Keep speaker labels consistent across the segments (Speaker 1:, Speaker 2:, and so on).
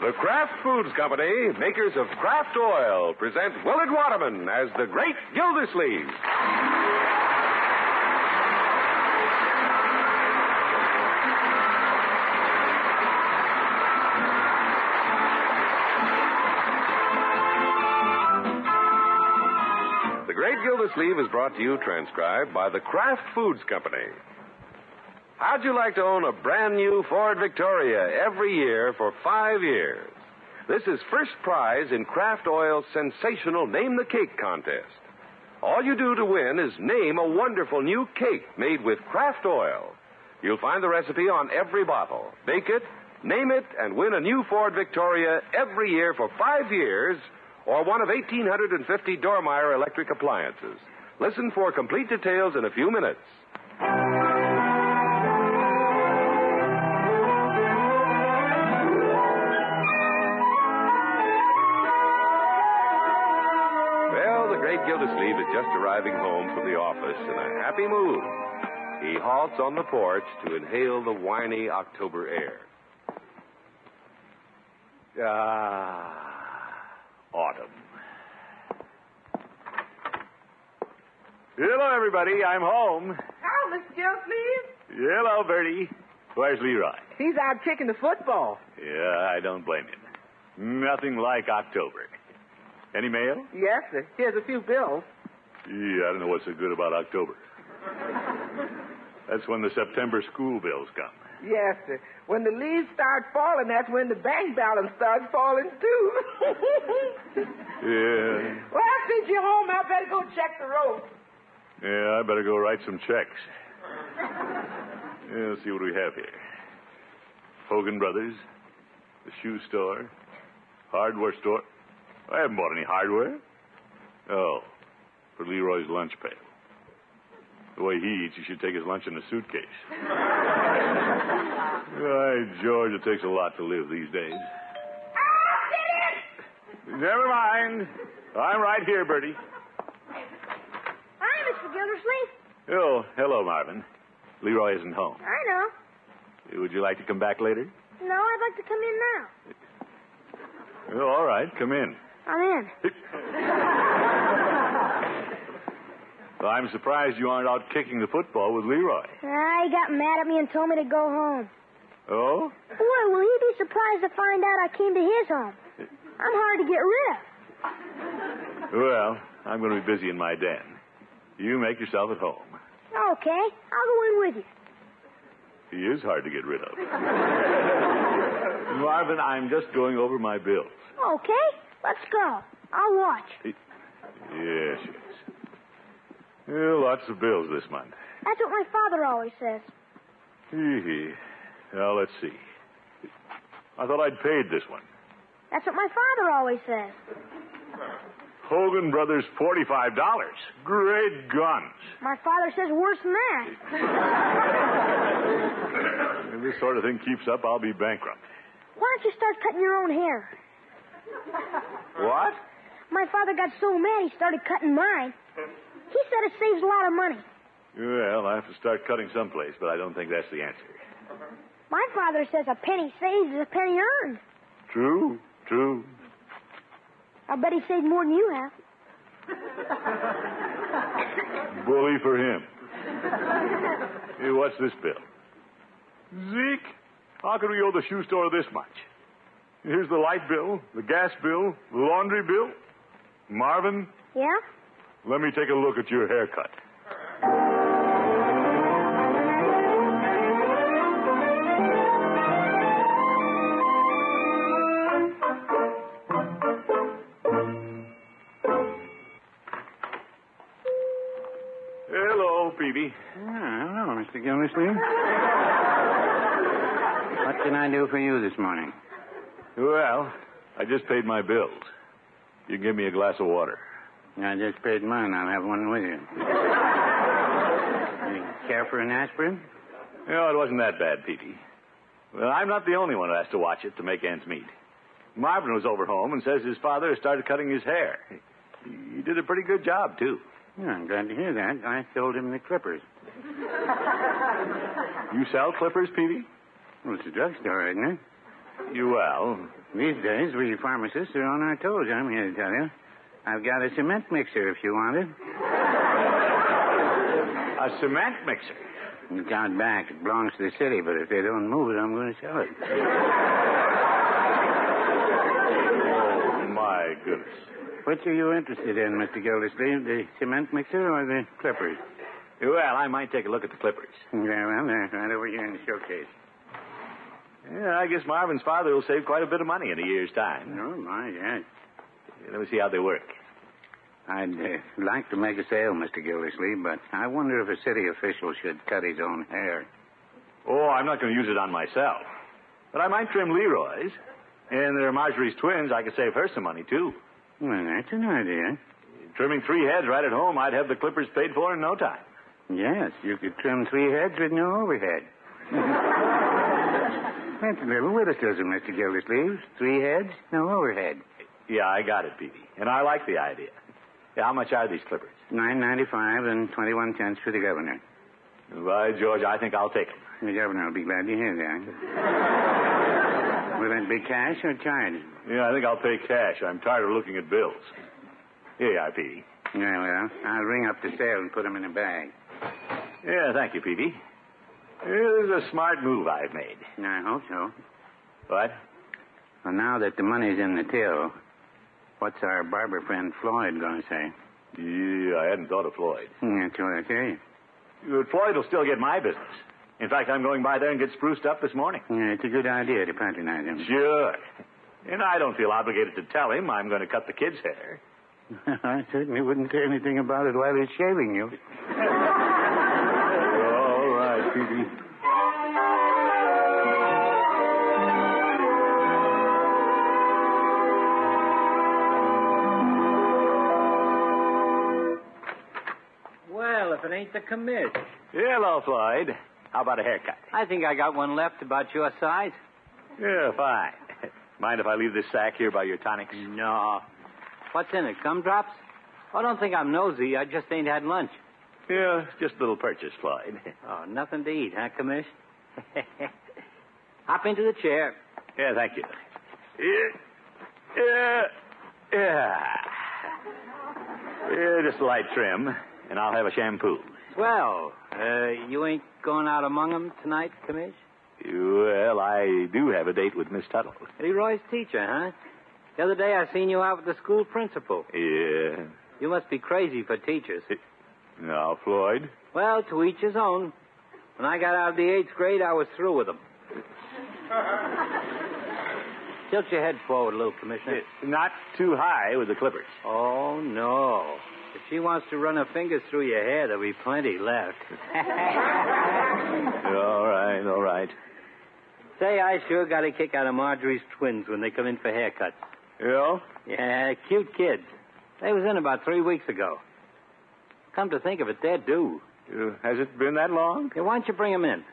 Speaker 1: The Kraft Foods Company, makers of Kraft Oil, present Willard Waterman as the Great Gildersleeve. The Great Gildersleeve is brought to you, transcribed, by the Kraft Foods Company. How'd you like to own a brand new Ford Victoria every year for five years? This is first prize in Kraft Oil's sensational Name the Cake contest. All you do to win is name a wonderful new cake made with Kraft Oil. You'll find the recipe on every bottle. Bake it, name it, and win a new Ford Victoria every year for five years or one of 1,850 Dormeyer electric appliances. Listen for complete details in a few minutes. Well, the great Gildersleeve is just arriving home from the office in a happy mood. He halts on the porch to inhale the winey October air. Ah, autumn.
Speaker 2: Hello, everybody. I'm home.
Speaker 3: Oh, Mr. Gildersleeve.
Speaker 2: Hello, Bertie. Where's Leroy?
Speaker 3: He's out kicking the football.
Speaker 2: Yeah, I don't blame him. Nothing like October. Any mail?
Speaker 3: Yes, sir. Here's a few bills.
Speaker 2: Yeah, I don't know what's so good about October. That's when the September school bills come.
Speaker 3: Yes, sir. When the leaves start falling, that's when the bank balance starts falling, too.
Speaker 2: Yeah.
Speaker 3: well, since you're home, I better go check the road.
Speaker 2: Yeah, I better go write some checks. Yeah, let's see what we have here. Hogan Brothers, the shoe store, hardware store. I haven't bought any hardware. Oh, for Leroy's lunch pail. The way he eats, he should take his lunch in a suitcase. Why, George, it takes a lot to live these days. Never mind. I'm right here, Bertie.
Speaker 4: Hi, Mr. Gildersleeve.
Speaker 2: Oh, hello, Marvin. Leroy isn't home.
Speaker 4: I know.
Speaker 2: Would you like to come back later?
Speaker 4: No, I'd like to come in now.
Speaker 2: Oh, all right, come in.
Speaker 4: I'm in.
Speaker 2: Well, I'm surprised you aren't out kicking the football with Leroy.
Speaker 4: Ah, he got mad at me and told me to go home.
Speaker 2: Oh?
Speaker 4: Boy, will he be surprised to find out I came to his home. I'm hard to get rid of.
Speaker 2: Well, I'm going to be busy in my den. You make yourself at home.
Speaker 4: Okay, I'll go in with you.
Speaker 2: He is hard to get rid of. Marvin, I'm just going over my bills.
Speaker 4: Okay, let's go. I'll watch.
Speaker 2: Yes, yes. Yeah, lots of bills this month.
Speaker 4: That's what my father always says.
Speaker 2: Hee-hee. Now, let's see. I thought I'd paid this one.
Speaker 4: That's what my father always says.
Speaker 2: Hogan Brothers, $45. Great guns.
Speaker 4: My father says worse than that.
Speaker 2: If this sort of thing keeps up, I'll be bankrupt.
Speaker 4: Why don't you start cutting your own hair?
Speaker 2: What?
Speaker 4: My father got so mad he started cutting mine. He said it saves a lot of money.
Speaker 2: Well, I have to start cutting someplace, but I don't think that's the answer.
Speaker 4: My father says a penny saved is a penny earned.
Speaker 2: True, true.
Speaker 4: I bet he saved more than you have.
Speaker 2: Bully for him. hey, what's this bill? Zeke, how could we owe the shoe store this much? Here's the light bill, the gas bill, the laundry bill. Marvin,
Speaker 4: Yeah?
Speaker 2: let me take a look at your haircut. Hello, Peavy.
Speaker 5: hello, Mr. Gildersleeve. what can I do for you this morning?
Speaker 2: Well, I just paid my bills. You can give me a glass of water.
Speaker 5: I just paid mine. I'll have one with you. you care for an aspirin?
Speaker 2: No, it wasn't that bad, Peavy. Well, I'm not the only one who has to watch it to make ends meet. Marvin was over home and says his father has started cutting his hair. He did a pretty good job, too.
Speaker 5: Yeah, I'm glad to hear that. I sold him the clippers.
Speaker 2: You sell clippers, Peavy?
Speaker 5: Well, it's a drugstore, isn't it?
Speaker 2: You well?
Speaker 5: These days, we pharmacists are on our toes, I'm here to tell you. I've got a cement mixer if you want it.
Speaker 2: A cement mixer.
Speaker 5: It's out back. It belongs to the city, but if they don't move it, I'm going to sell it.
Speaker 2: Oh, my goodness.
Speaker 5: Which are you interested in, Mr. Gildersleeve? The cement mixer or the clippers?
Speaker 2: Well, I might take a look at the clippers.
Speaker 5: Yeah, well, they're right over here in the showcase.
Speaker 2: Yeah, I guess Marvin's father will save quite a bit of money in a year's time.
Speaker 5: Oh, my, yes.
Speaker 2: Let me see how they work.
Speaker 5: I'd uh, like to make a sale, Mr. Gildersleeve, but I wonder if a city official should cut his own hair.
Speaker 2: Oh, I'm not going to use it on myself. But I might trim Leroy's. And there are Marjorie's twins. I could save her some money, too.
Speaker 5: Well, that's an idea.
Speaker 2: Trimming three heads right at home, I'd have the clippers paid for in no time.
Speaker 5: Yes, you could trim three heads with no overhead. that's a little witticism, Mr. Gildersleeve. Three heads, no overhead.
Speaker 2: Yeah, I got it, Peavy. And I like the idea. Yeah, how much are these clippers?
Speaker 5: Nine ninety-five and twenty-one cents for the governor.
Speaker 2: By George, I think I'll take them.
Speaker 5: The governor will be glad to hear that. Will that be cash or charge?
Speaker 2: Yeah, I think I'll pay cash. I'm tired of looking at bills. Here you are, Peavy.
Speaker 5: Yeah, well, I'll ring up the sale and put 'em in a bag.
Speaker 2: Yeah, thank you, Peavy. Yeah, This is a smart move I've made.
Speaker 5: I hope so.
Speaker 2: What?
Speaker 5: Well, now that the money's in the till, what's our barber friend Floyd going to say?
Speaker 2: Yeah, I hadn't thought of Floyd.
Speaker 5: Hmm, That's what I tell you.
Speaker 2: But Floyd will still get my business. In fact, I'm going by there and get spruced up this morning.
Speaker 5: Yeah, it's a good idea to patronize him.
Speaker 2: Sure. And I don't feel obligated to tell him I'm going to cut the kid's hair.
Speaker 5: I certainly wouldn't say anything about it while he's shaving you.
Speaker 2: All right, Peavy.
Speaker 6: Well, if it ain't the commit.
Speaker 2: Hello, Floyd. How about a haircut?
Speaker 6: I think I got one left about your size.
Speaker 2: Yeah, fine. Mind if I leave this sack here by your tonics?
Speaker 6: No. What's in it? Gumdrops? Oh, don't think I'm nosy. I just ain't had lunch.
Speaker 2: Yeah, just a little purchase, Floyd.
Speaker 6: Oh, nothing to eat, huh, Commish? Hop into the chair.
Speaker 2: Yeah, thank you. Yeah, yeah, yeah. Yeah, just a light trim, and I'll have a shampoo.
Speaker 6: Well, uh, you ain't going out among 'em tonight, Commish?
Speaker 2: Well, I do have a date with Miss Tuttle.
Speaker 6: Leroy's teacher, huh? The other day I seen you out with the school principal.
Speaker 2: Yeah.
Speaker 6: You must be crazy for teachers.
Speaker 2: Now, Floyd.
Speaker 6: Well, to each his own. When I got out of the eighth grade, I was through with them. Tilt your head forward a little, Commissioner.
Speaker 2: Uh, Not too high with the clippers.
Speaker 6: Oh, no. If she wants to run her fingers through your hair, there'll be plenty left.
Speaker 2: All right, all right.
Speaker 6: Say, I sure got a kick out of Marjorie's twins when they come in for haircuts.
Speaker 2: Yeah?
Speaker 6: Yeah, cute kids. They was in about three weeks ago. Come to think of it, they're due.
Speaker 2: Uh, has it been that long?
Speaker 6: Yeah, why don't you bring 'em in?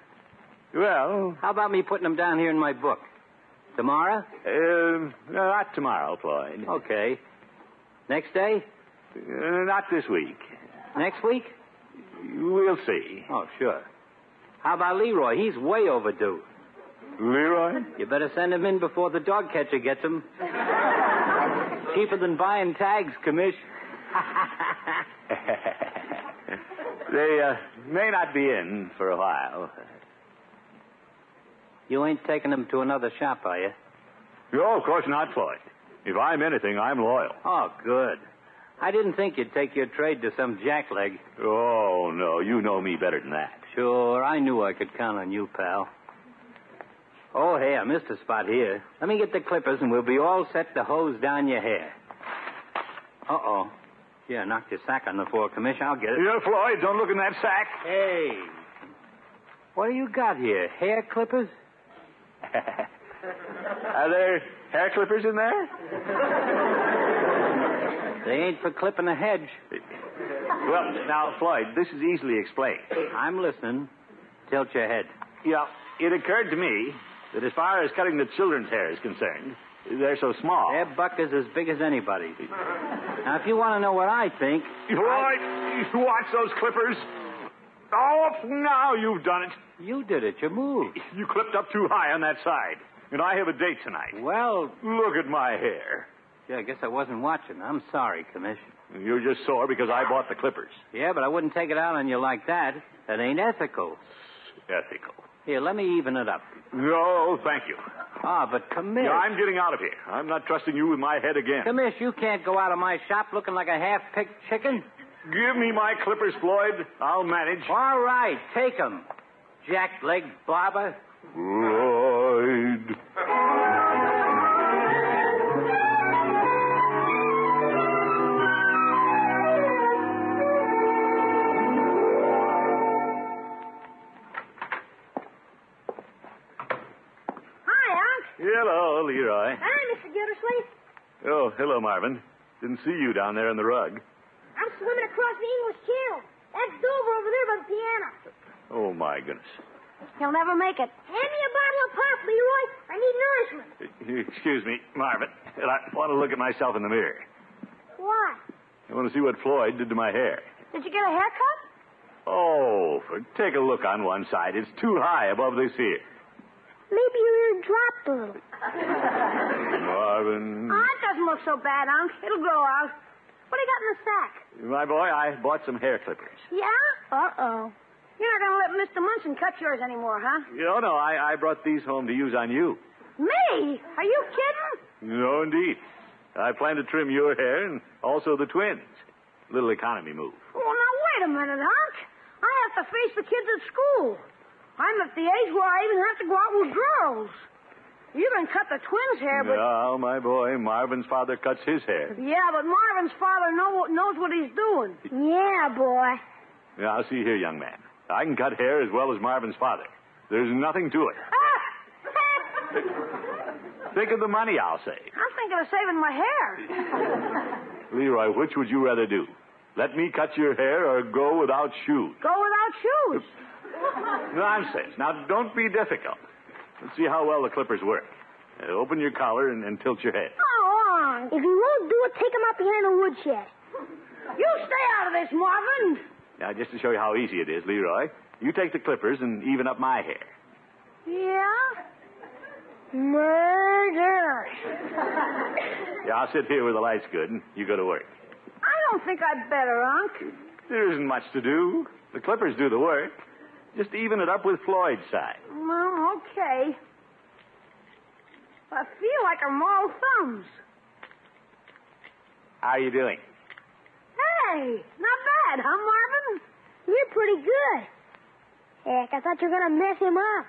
Speaker 2: Well,
Speaker 6: How about me putting 'em down here in my book? Tomorrow?
Speaker 2: um, not tomorrow, Floyd.
Speaker 6: Okay. Next day?
Speaker 2: Uh, not this week.
Speaker 6: Next week?
Speaker 2: We'll see.
Speaker 6: Oh, sure. How about Leroy? He's way overdue.
Speaker 2: Leroy?
Speaker 6: You better send him in before the dog catcher gets him. Cheaper than buying tags, Commish.
Speaker 2: They uh, may not be in for a while.
Speaker 6: You ain't taking him to another shop, are you?
Speaker 2: No, of course not, Floyd. If I'm anything, I'm loyal.
Speaker 6: Oh, good. I didn't think you'd take your trade to some jackleg.
Speaker 2: Oh, no, you know me better than that.
Speaker 6: Sure, I knew I could count on you, pal. Oh, hey, I missed a spot here. Let me get the clippers and we'll be all set to hose down your hair. Uh-oh. Yeah, knocked your sack on the floor, Commish. I'll get it.
Speaker 2: Yeah, Uh, Floyd, don't look in that sack.
Speaker 6: Hey. What do you got here? Hair clippers?
Speaker 2: Are there hair clippers in there?
Speaker 6: They ain't for clipping a hedge.
Speaker 2: Well, now, Floyd, this is easily explained.
Speaker 6: I'm listening. Tilt your head.
Speaker 2: Yeah, it occurred to me that as far as cutting the children's hair is concerned, they're so small.
Speaker 6: Their buck is as big as anybody's. Now, if you want to know what I think,
Speaker 2: Floyd, you watch those clippers. Oh, now you've done it.
Speaker 6: you did it. You moved.
Speaker 2: You clipped up too high on that side. and I have a date tonight.
Speaker 6: Well,
Speaker 2: Look at my hair.
Speaker 6: yeah, I guess I wasn't watching. I'm sorry, Commissioner.
Speaker 2: You're just sore because I bought the clippers.
Speaker 6: Yeah, but I wouldn't take it out on you like that. That ain't ethical.
Speaker 2: Ethical.
Speaker 6: Here, let me even it up.
Speaker 2: No, thank you.
Speaker 6: Ah, but Commish.
Speaker 2: Yeah, I'm getting out of here. I'm not trusting you with my head again.
Speaker 6: Commish, you can't go out of my shop looking like a half-picked chicken.
Speaker 2: Give me my clippers, Floyd. I'll manage.
Speaker 6: All right, take 'em, Jack-leg barber.
Speaker 2: Floyd.
Speaker 4: Hi, Unc.
Speaker 2: Hello, Leroy.
Speaker 4: Hi, Mr. Gildersleeve.
Speaker 2: Oh, hello, Marvin. Didn't see you down there in the rug.
Speaker 4: I'm swimming across the English Channel. That's Dover over there by the piano.
Speaker 2: Oh, my goodness.
Speaker 4: He'll never make it. Hand me a bottle of pop, Leroy. I need nourishment.
Speaker 2: Excuse me, Marvin. And I want to look at myself in the mirror.
Speaker 4: Why?
Speaker 2: I want to see what Floyd did to my hair.
Speaker 4: Did you get a haircut?
Speaker 2: Oh, for- take a look on one side. It's too high above this ear.
Speaker 4: Maybe your ear dropped a little.
Speaker 2: Marvin.
Speaker 4: Oh, it doesn't look so bad, Unc. It'll grow out. What do you got in the sack?
Speaker 2: My boy, I bought some hair clippers.
Speaker 4: Yeah? Uh-oh. You're not going to let Mr. Munson cut yours anymore, huh?
Speaker 2: No, no, I, I brought these home to use on you.
Speaker 4: Me? Are you kidding?
Speaker 2: No, indeed. I plan to trim your hair and also the twins. Little economy move.
Speaker 4: Well, now, wait a minute, Unc. I have to face the kids at school. I'm at the age where I even have to go out with girls. You can cut the twins' hair, but...
Speaker 2: Now, my boy, Marvin's father cuts his hair.
Speaker 4: Yeah, but Marvin's father know, knows what he's doing. Yeah, boy.
Speaker 2: Now, see here, young man. I can cut hair as well as Marvin's father. There's nothing to it.
Speaker 4: Ah!
Speaker 2: Think of the money, I'll say.
Speaker 4: I'm thinking of saving my hair.
Speaker 2: Leroy, which would you rather do? Let me cut your hair or go without shoes?
Speaker 4: Go without shoes.
Speaker 2: Nonsense. Now, don't be difficult. Let's see how well the clippers work. Uh, open your collar and, and tilt your head.
Speaker 4: Oh, Unc.
Speaker 7: If you won't do it, take him out behind the woodshed.
Speaker 4: You stay out of this, Marvin.
Speaker 2: Now, just to show you how easy it is, Leroy, you take the clippers and even up my hair.
Speaker 4: Yeah? Murder.
Speaker 2: Yeah, I'll sit here with the lights good, and you go to work.
Speaker 4: I don't think I'd better, Unc.
Speaker 2: There isn't much to do. The clippers do the work. Just even it up with Floyd's side.
Speaker 4: Well, okay. I feel like I'm all thumbs.
Speaker 2: How are you doing?
Speaker 4: Hey, not bad, huh, Marvin?
Speaker 7: You're pretty good. Heck, I thought you were going to mess him up.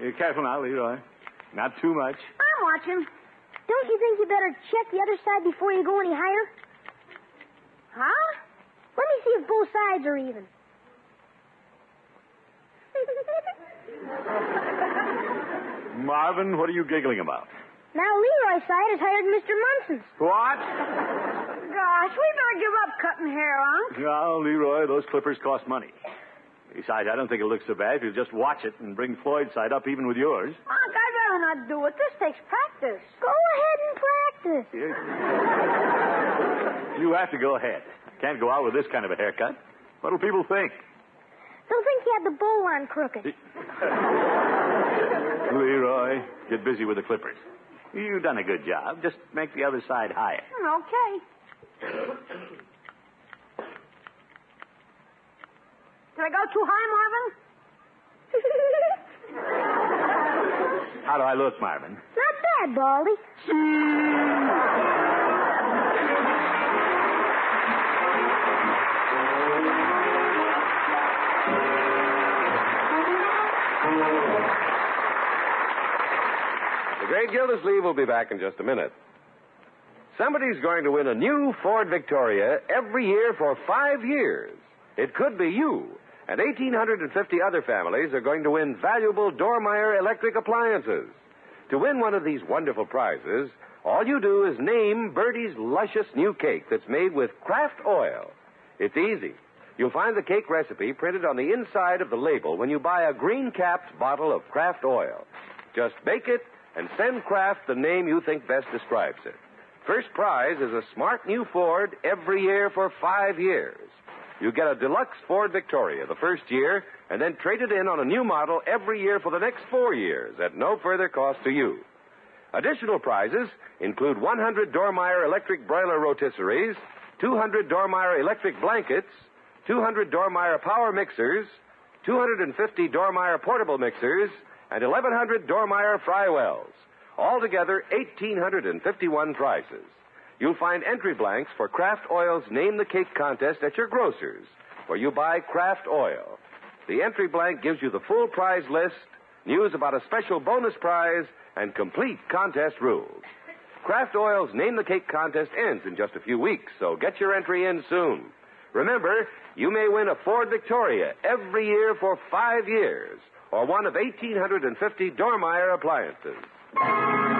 Speaker 2: You're careful now, Leroy. Not too much.
Speaker 4: I'm watching.
Speaker 7: Don't you think you better check the other side before you go any higher?
Speaker 4: Huh?
Speaker 7: Let me see if both sides are even.
Speaker 2: Marvin, what are you giggling about?
Speaker 7: now Leroy's side is higher than Mr. Munson's.
Speaker 2: What?
Speaker 4: Gosh, we better give up cutting hair, Unc.
Speaker 2: Now, Leroy, those clippers cost money. Besides, I don't think it looks so bad if you just watch it and bring Floyd's side up even with yours.
Speaker 4: Unc, I'd rather not do it. This takes practice.
Speaker 7: Go ahead and practice.
Speaker 2: You have to go ahead. I can't go out with this kind of a haircut. What'll people think?
Speaker 7: Don't think you had the bowl on crooked.
Speaker 2: Leroy, get busy with the clippers. You've done a good job. Just make the other side higher.
Speaker 4: Hmm,
Speaker 7: Oh,
Speaker 4: Okay. Did I go too high, Marvin?
Speaker 2: How do I look, Marvin?
Speaker 7: Not bad, Baldy.
Speaker 1: The great Gildersleeve will be back in just a minute. Somebody's going to win a new Ford Victoria every year for five years. It could be you. And 1,850 other families are going to win valuable Dormeyer electric appliances. To win one of these wonderful prizes, all you do is name Bertie's luscious new cake that's made with Kraft oil. It's easy. You'll find the cake recipe printed on the inside of the label when you buy a green capped bottle of Kraft oil. Just bake it and send Kraft the name you think best describes it. First prize is a smart new Ford every year for five years. You get a deluxe Ford Victoria the first year, and then trade it in on a new model every year for the next four years at no further cost to you. Additional prizes include 100 Dormeyer electric broiler rotisseries, 200 Dormeyer electric blankets, 200 Dormeyer power mixers, 250 Dormeyer portable mixers, and 1,100 Dormeyer fry wells. Altogether, 1,851 prizes. You'll find entry blanks for Kraft Oil's Name the Cake contest at your grocer's, where you buy Kraft Oil. The entry blank gives you the full prize list, news about a special bonus prize, and complete contest rules. Kraft Oil's Name the Cake contest ends in just a few weeks, so get your entry in soon. Remember, you may win a Ford Victoria every year for five years, or one of 1,850 Dormeyer appliances.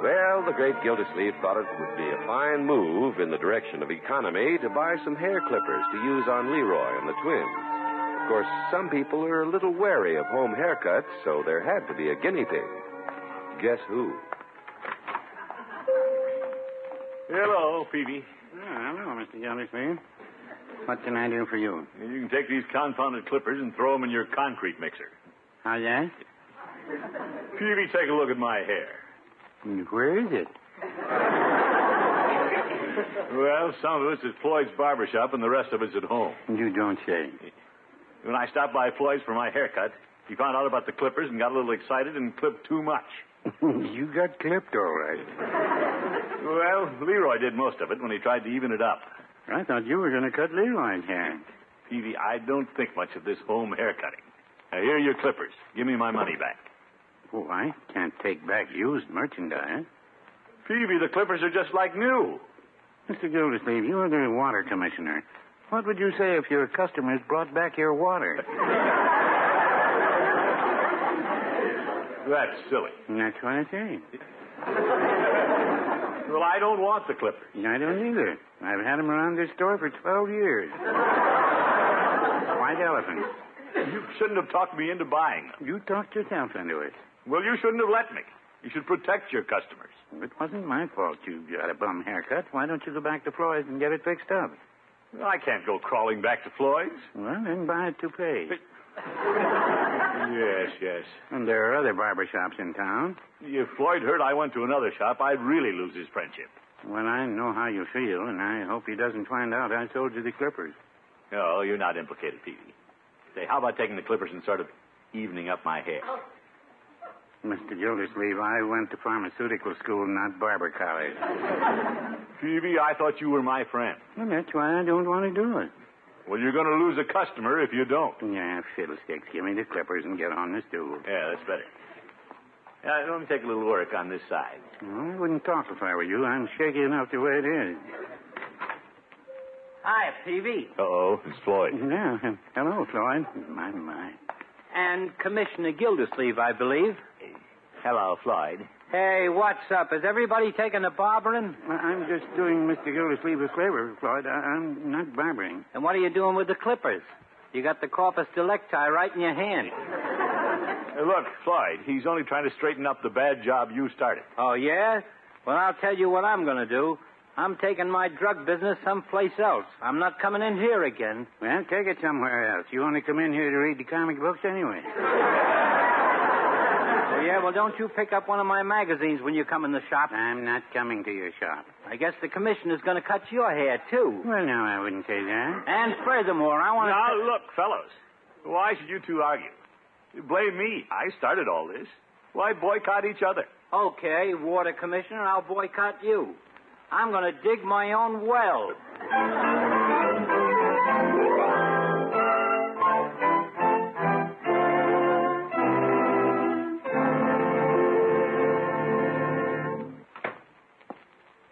Speaker 1: Well, the great Gildersleeve thought it would be a fine move in the direction of economy to buy some hair clippers to use on Leroy and the twins. Of course, some people are a little wary of home haircuts, so there had to be a guinea pig. Guess who?
Speaker 2: Hello, Peavy.
Speaker 5: Ah, hello, Mr. Gildersleeve. What can I do for you?
Speaker 2: You can take these confounded clippers and throw them in your concrete mixer.
Speaker 5: Oh, yeah?
Speaker 2: Peavy, take a look at my hair.
Speaker 5: And Where is it?
Speaker 2: Well, some of it's at Floyd's barber shop, and the rest of it's at home.
Speaker 5: You don't say.
Speaker 2: When I stopped by Floyd's for my haircut, he found out about the clippers and got a little excited and clipped too much.
Speaker 5: you got clipped all right.
Speaker 2: Well, Leroy did most of it when he tried to even it up.
Speaker 5: I thought you were going to cut Leroy's hair.
Speaker 2: Peavy, I don't think much of this home haircutting. Now, here are your clippers. Give me my money back.
Speaker 5: Oh, I can't take back used merchandise.
Speaker 2: Peavy, the clippers are just like new.
Speaker 5: Mr. Gildersleeve, you are the water commissioner. What would you say if your customers brought back your water?
Speaker 2: That's silly.
Speaker 5: And That's what I say.
Speaker 2: Well, I don't want the clippers.
Speaker 5: I don't either. I've had them around this store for 12 years. White elephant.
Speaker 2: You shouldn't have talked me into buying them.
Speaker 5: You talked yourself into it.
Speaker 2: Well, you shouldn't have let me. You should protect your customers.
Speaker 5: It wasn't my fault you got a bum haircut. Why don't you go back to Floyd's and get it fixed up?
Speaker 2: I can't go crawling back to Floyd's.
Speaker 5: Well, then buy a toupee.
Speaker 2: Yes, yes.
Speaker 5: And there are other barber shops in town.
Speaker 2: If Floyd heard I went to another shop, I'd really lose his friendship.
Speaker 5: Well, I know how you feel, and I hope he doesn't find out I sold you the clippers.
Speaker 2: No, you're not implicated, Peavy. Say, how about taking the clippers and sort of evening up my hair?
Speaker 5: Mr. Gildersleeve, I went to pharmaceutical school, not barber college.
Speaker 2: Peavy, I thought you were my friend.
Speaker 5: Well, that's why I don't want to do it.
Speaker 2: Well, you're going to lose a customer if you don't.
Speaker 5: Yeah, fiddlesticks. Give me the clippers and get on the stool.
Speaker 2: Yeah, that's better. Uh, let me take a little work on this side.
Speaker 5: Well, I wouldn't talk if I were you. I'm shaky enough the way it is.
Speaker 8: Hi, Peavy.
Speaker 2: Uh-oh, it's Floyd.
Speaker 5: Yeah. Hello, Floyd. My, my.
Speaker 6: And Commissioner Gildersleeve, I believe.
Speaker 2: Hello, Floyd.
Speaker 6: Hey, what's up? Is everybody taking a barbering?
Speaker 5: Well, I'm just doing Mr. Gildersleeve a favor, Floyd. I, I'm not barbering.
Speaker 6: And what are you doing with the clippers? You got the corpus delicti right in your hand.
Speaker 2: look, Floyd, he's only trying to straighten up the bad job you started.
Speaker 6: Oh, yeah? Well, I'll tell you what I'm going to do. I'm taking my drug business someplace else. I'm not coming in here again.
Speaker 5: Well, take it somewhere else. You only come in here to read the comic books anyway.
Speaker 6: Oh, yeah? Well, don't you pick up one of my magazines when you come in the shop.
Speaker 5: I'm not coming to your shop.
Speaker 6: I guess the commissioner's going to cut your hair, too.
Speaker 5: Well, no, I wouldn't say that.
Speaker 6: And furthermore, I want to.
Speaker 2: Now, look, fellows. Why should you two argue? Blame me. I started all this. Why boycott each other?
Speaker 6: Okay, water commissioner, I'll boycott you. I'm going to dig my own well.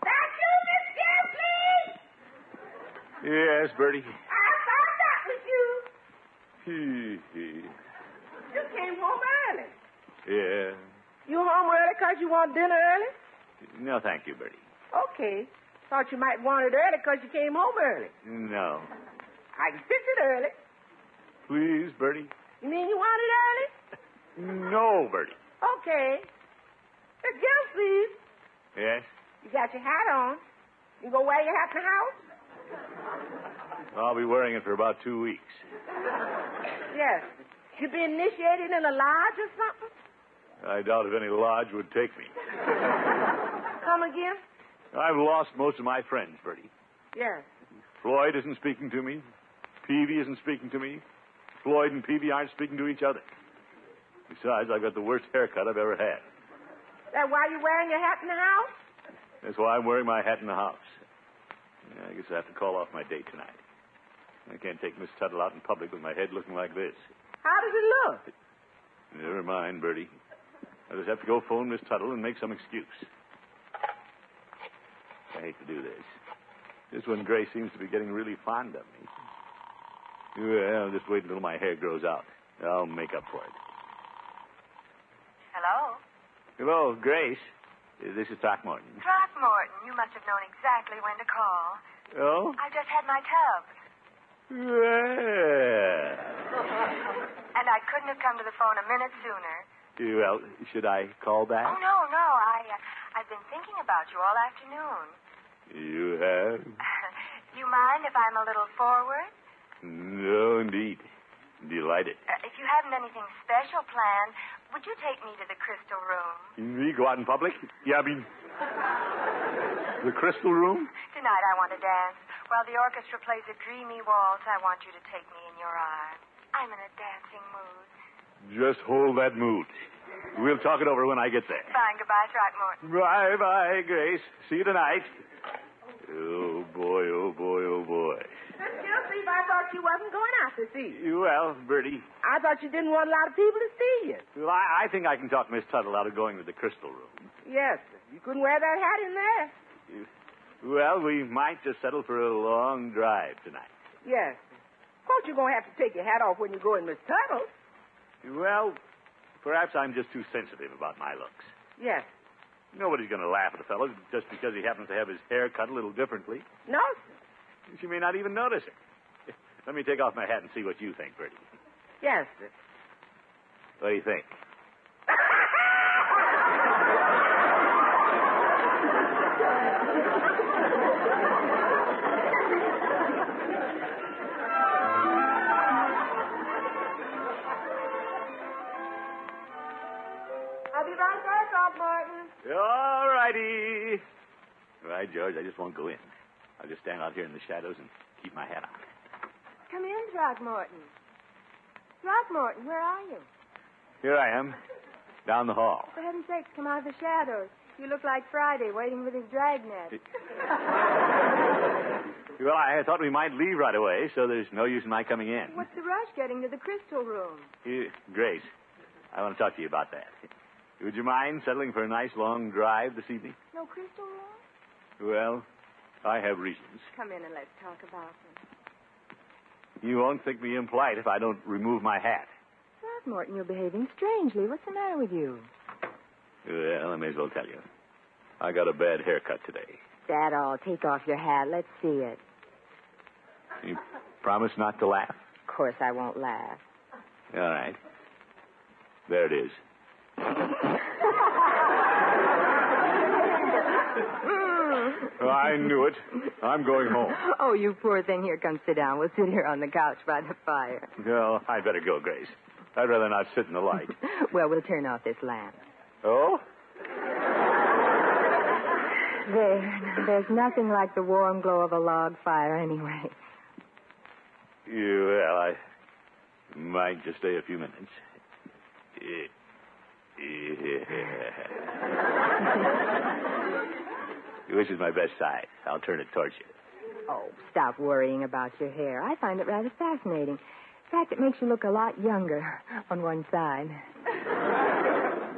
Speaker 3: That you, Miss Gildersleeve?
Speaker 2: Yes, Bertie.
Speaker 3: I found out was you.
Speaker 2: yeah.
Speaker 3: You came home early. You home early 'cause you want dinner early?
Speaker 2: No, thank you, Bertie.
Speaker 3: Okay. Thought you might want it early 'cause you came home early.
Speaker 2: No.
Speaker 3: I can fix it early.
Speaker 2: Please, Bertie.
Speaker 3: You mean you want it early?
Speaker 2: No, Bertie.
Speaker 3: Okay. Miss Gill, please.
Speaker 2: Yes?
Speaker 3: You got your hat on. You go wear your hat in the house?
Speaker 2: I'll be wearing it for about two weeks.
Speaker 3: Yes. You be initiated in a lodge or something?
Speaker 2: I doubt if any lodge would take me.
Speaker 3: Come again?
Speaker 2: I've lost most of my friends, Bertie.
Speaker 3: Yes.
Speaker 2: Floyd isn't speaking to me. Peavy isn't speaking to me. Floyd and Peavy aren't speaking to each other. Besides, I've got the worst haircut I've ever had.
Speaker 3: That why you wearing your hat in the house?
Speaker 2: That's why I'm wearing my hat in the house. I guess I have to call off my date tonight. I can't take Miss Tuttle out in public with my head looking like this.
Speaker 3: How does it look?
Speaker 2: Never mind, Bertie. I just have to go phone Miss Tuttle and make some excuse. I hate to do this. This when Gray seems to be getting really fond of me. Well, just wait until my hair grows out. I'll make up for it.
Speaker 8: Hello?
Speaker 2: Hello, Grace. Uh, This is Throckmorton.
Speaker 8: Throckmorton, you must have known exactly when to call.
Speaker 2: Oh?
Speaker 8: I've just had my tub,
Speaker 2: Yeah.
Speaker 8: and I couldn't have come to the phone a minute sooner.
Speaker 2: Well, should I call
Speaker 8: Oh,
Speaker 2: back?
Speaker 8: no, no. I, uh, I've been thinking about you all afternoon.
Speaker 2: You have?
Speaker 8: Do you mind if I'm a little forward?
Speaker 2: No, indeed. Delighted.
Speaker 8: Uh, if you haven't anything special planned, would you take me to the crystal room?
Speaker 2: Me go out in public? Yeah, I mean, the crystal room?
Speaker 8: Tonight I want to dance. While the orchestra plays a dreamy waltz, I want you to take me in your arms. I'm in a dancing mood.
Speaker 2: Just hold that mood. We'll talk it over when I get there.
Speaker 8: Fine, goodbye, Throckmorton.
Speaker 2: Bye bye, Grace. See you tonight. Oh, boy, oh, boy, oh, boy.
Speaker 3: Miss Gill, see, I thought you wasn't going out this evening.
Speaker 2: Well, Bertie,
Speaker 3: I thought you didn't want a lot of people to see you.
Speaker 2: well, I, I think I can talk Miss Tuttle out of going to the crystal room.
Speaker 3: Yes, you couldn't wear that hat in there.
Speaker 2: Well, we might just settle for a long drive tonight.
Speaker 3: Yes. Of course you're going to have to take your hat off when you go in Miss Tuttle.
Speaker 2: Well, perhaps I'm just too sensitive about my looks.
Speaker 3: Yes.
Speaker 2: Nobody's going to laugh at a fellow just because he happens to have his hair cut a little differently.
Speaker 3: No, sir.
Speaker 2: She may not even notice it. Let me take off my hat and see what you think, Bertie.
Speaker 3: Yes, sir.
Speaker 2: What do you think?
Speaker 3: I'll be right there, Throckmorton.
Speaker 2: All righty. All right, George, I just won't go in. I'll just stand out here in the shadows and keep my hat on.
Speaker 7: Come in, Throckmorton. Throckmorton, where are you?
Speaker 2: Here I am, down the hall.
Speaker 7: For heaven's sake, come out of the shadows. You look like Friday waiting with his dragnet.
Speaker 2: Well, I thought we might leave right away, so there's no use in my coming in.
Speaker 7: What's the rush getting to the crystal room?
Speaker 2: Here, Grace, I want to talk to you about that. Would you mind settling for a nice long drive this evening?
Speaker 7: No crystal room?
Speaker 2: Well, I have reasons.
Speaker 7: Come in and let's talk about them.
Speaker 2: You won't think me impolite if I don't remove my hat.
Speaker 9: Throckmorton, you're behaving strangely. What's the matter with you?
Speaker 2: Well, I may as well tell you. I got a bad haircut today.
Speaker 9: That all. Take off your hat. Let's see it.
Speaker 2: You promise not to laugh?
Speaker 9: Of course, I won't laugh.
Speaker 2: All right. There it is. I knew it. I'm going home.
Speaker 9: Mm. Oh, you poor thing. Here, come sit down. We'll sit here on the couch by the fire.
Speaker 2: Well, I better go, Grace. I'd rather not sit in the light.
Speaker 9: Well, we'll turn off this lamp.
Speaker 2: Oh?
Speaker 9: There. There's nothing like the warm glow of a log fire, anyway.
Speaker 2: You, well, I might just stay a few minutes. Eh, eh. Which is my best side. I'll turn it towards you.
Speaker 9: Oh, stop worrying about your hair. I find it rather fascinating. In fact, it makes you look a lot younger on one side.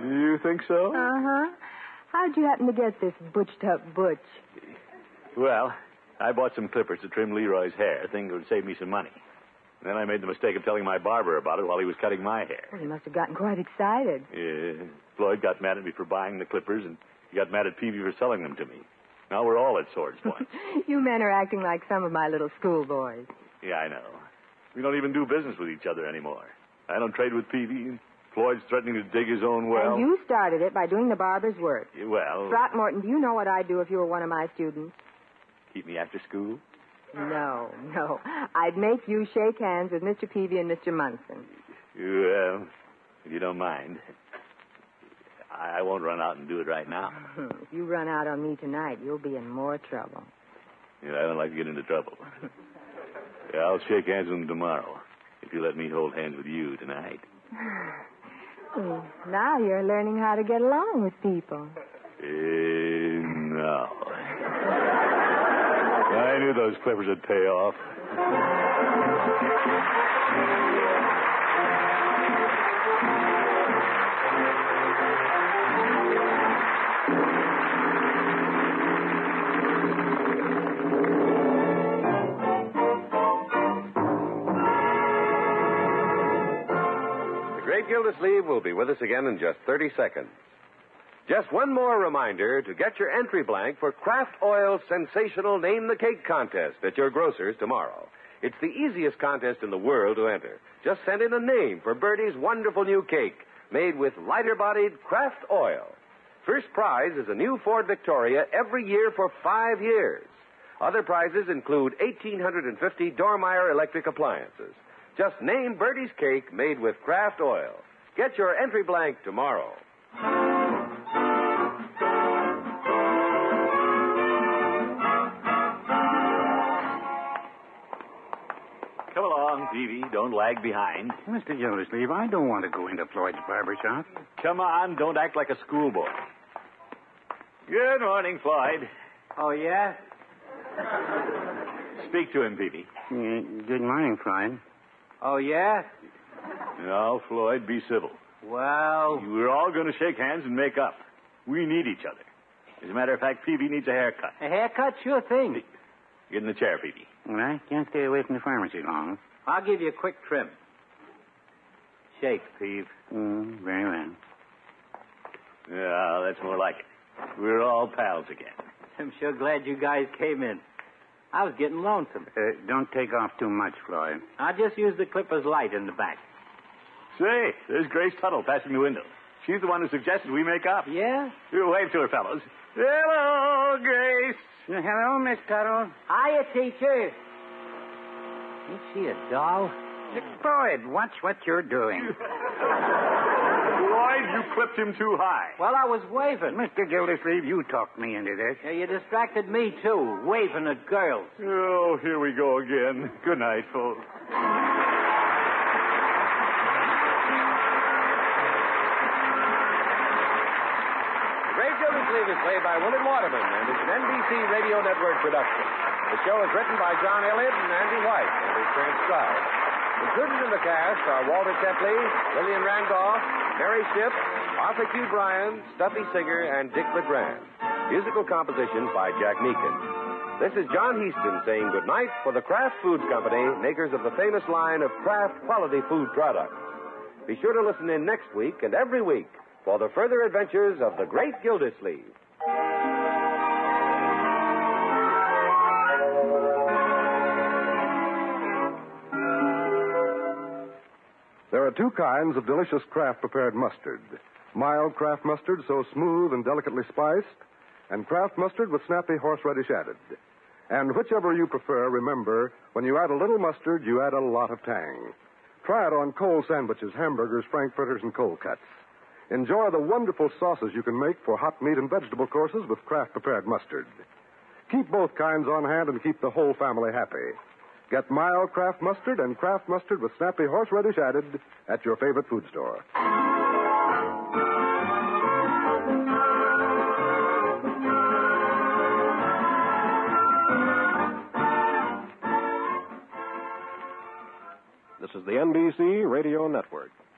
Speaker 2: You think
Speaker 9: Uh
Speaker 2: so?
Speaker 9: huh. How'd you happen to get this butched up butch?
Speaker 2: Well, I bought some clippers to trim Leroy's hair, thinking it would save me some money. Then I made the mistake of telling my barber about it while he was cutting my hair.
Speaker 9: Well, you must have gotten quite excited.
Speaker 2: Yeah. Floyd got mad at me for buying the clippers, and he got mad at Peavy for selling them to me. Now we're all at swords' point.
Speaker 9: You men are acting like some of my little schoolboys.
Speaker 2: yeah, I know. We don't even do business with each other anymore. I don't trade with Peavy, and Floyd's threatening to dig his own well.
Speaker 9: And you started it by doing the barber's work.
Speaker 2: Well,
Speaker 9: Throckmorton, do you know what I'd do if you were one of my students?
Speaker 6: keep me after school?
Speaker 9: No, no. I'd make you shake hands with Mr. Peavy and Mr. Munson.
Speaker 2: Well, uh, if you don't mind, I I won't run out and do it right now.
Speaker 9: Hmm. If you run out on me tonight, you'll be in more trouble.
Speaker 2: You know, I don't like to get into trouble. Yeah, I'll shake hands with him tomorrow if you let me hold hands with you tonight.
Speaker 9: Mm, Now you're learning how to get along with people.
Speaker 2: Eh, no. I knew those clippers would pay off.
Speaker 1: The Great Gildersleeve will be with us again in just 30 seconds. Just one more reminder to get your entry blank for Kraft Oil's sensational Name the Cake contest at your grocer's tomorrow. It's the easiest contest in the world to enter. Just send in a name for Bertie's wonderful new cake made with lighter bodied Kraft Oil. First prize is a new Ford Victoria every year for five years. Other prizes include 1,850 Dormeyer electric appliances. Just name Bertie's cake made with Kraft Oil. Get your entry blank tomorrow.
Speaker 6: Come along, Peavy. Don't lag behind.
Speaker 5: Mr. Gildersleeve, I don't want to go into Floyd's barber shop.
Speaker 6: Come on, don't act like a schoolboy. Good morning, Floyd. Oh, yeah? Speak to him, Peavy.
Speaker 5: Mm, Good morning, Floyd.
Speaker 6: Oh, yeah?
Speaker 2: Now, Floyd, be civil.
Speaker 6: Well,
Speaker 2: We're all going to shake hands and make up. We need each other. As a matter of fact, Peavy needs a haircut.
Speaker 6: a haircut, sure thing.
Speaker 2: Get in the chair, Peavy.
Speaker 5: Well, I can't stay away from the pharmacy long.
Speaker 6: I'll give you a quick trim. Shake, Peavy.
Speaker 5: Mm, very well.
Speaker 2: Yeah, Ah, that's more like it. We're all pals again.
Speaker 6: I'm sure glad you guys came in. I was getting lonesome.
Speaker 5: Uh, don't take off too much, Floyd.
Speaker 6: I just used the clipper's light in the back.
Speaker 2: Say, there's Grace Tuttle passing the window. She's the one who suggested we make up.
Speaker 6: Yeah?
Speaker 2: You wave to her, fellows. Hello, Grace.
Speaker 5: Uh, Hello, Miss Tuttle.
Speaker 6: Hiya, teacher. Ain't she a doll?
Speaker 5: Floyd, watch what you're doing.
Speaker 2: Lloyd, you clipped him too high.
Speaker 6: Well, I was waving.
Speaker 5: Mr. Gildersleeve, you talked me into this.
Speaker 6: Yeah, you distracted me, too, waving at girls.
Speaker 2: Oh, here we go again. Good night, folks.
Speaker 1: The Great Gildersleeve is played by Willard Waterman and is an NBC Radio Network production. The show is written by John Elliott and Andy White and is transcribed. Included in the cast are Walter Tetley, Lillian Randolph, Mary Shipp, Arthur Q. Bryan, Stuffy Singer, and Dick LeGrand. Musical compositions by Jack Meakin. This is John Heaston saying goodnight for the Kraft Foods Company, makers of the famous line of Kraft quality food products. Be sure to listen in next week and every week for the further adventures of the great Gildersleeve.
Speaker 10: There are two kinds of delicious Kraft prepared mustard mild Kraft mustard, so smooth and delicately spiced, and Kraft mustard with snappy horseradish added. And whichever you prefer, remember, when you add a little mustard, you add a lot of tang. Try it on cold sandwiches, hamburgers, frankfurters, and cold cuts. Enjoy the wonderful sauces you can make for hot meat and vegetable courses with Kraft prepared mustard. Keep both kinds on hand and keep the whole family happy. Get mild Kraft mustard and Kraft mustard with snappy horseradish added at your favorite food store. This is the NBC Radio Network.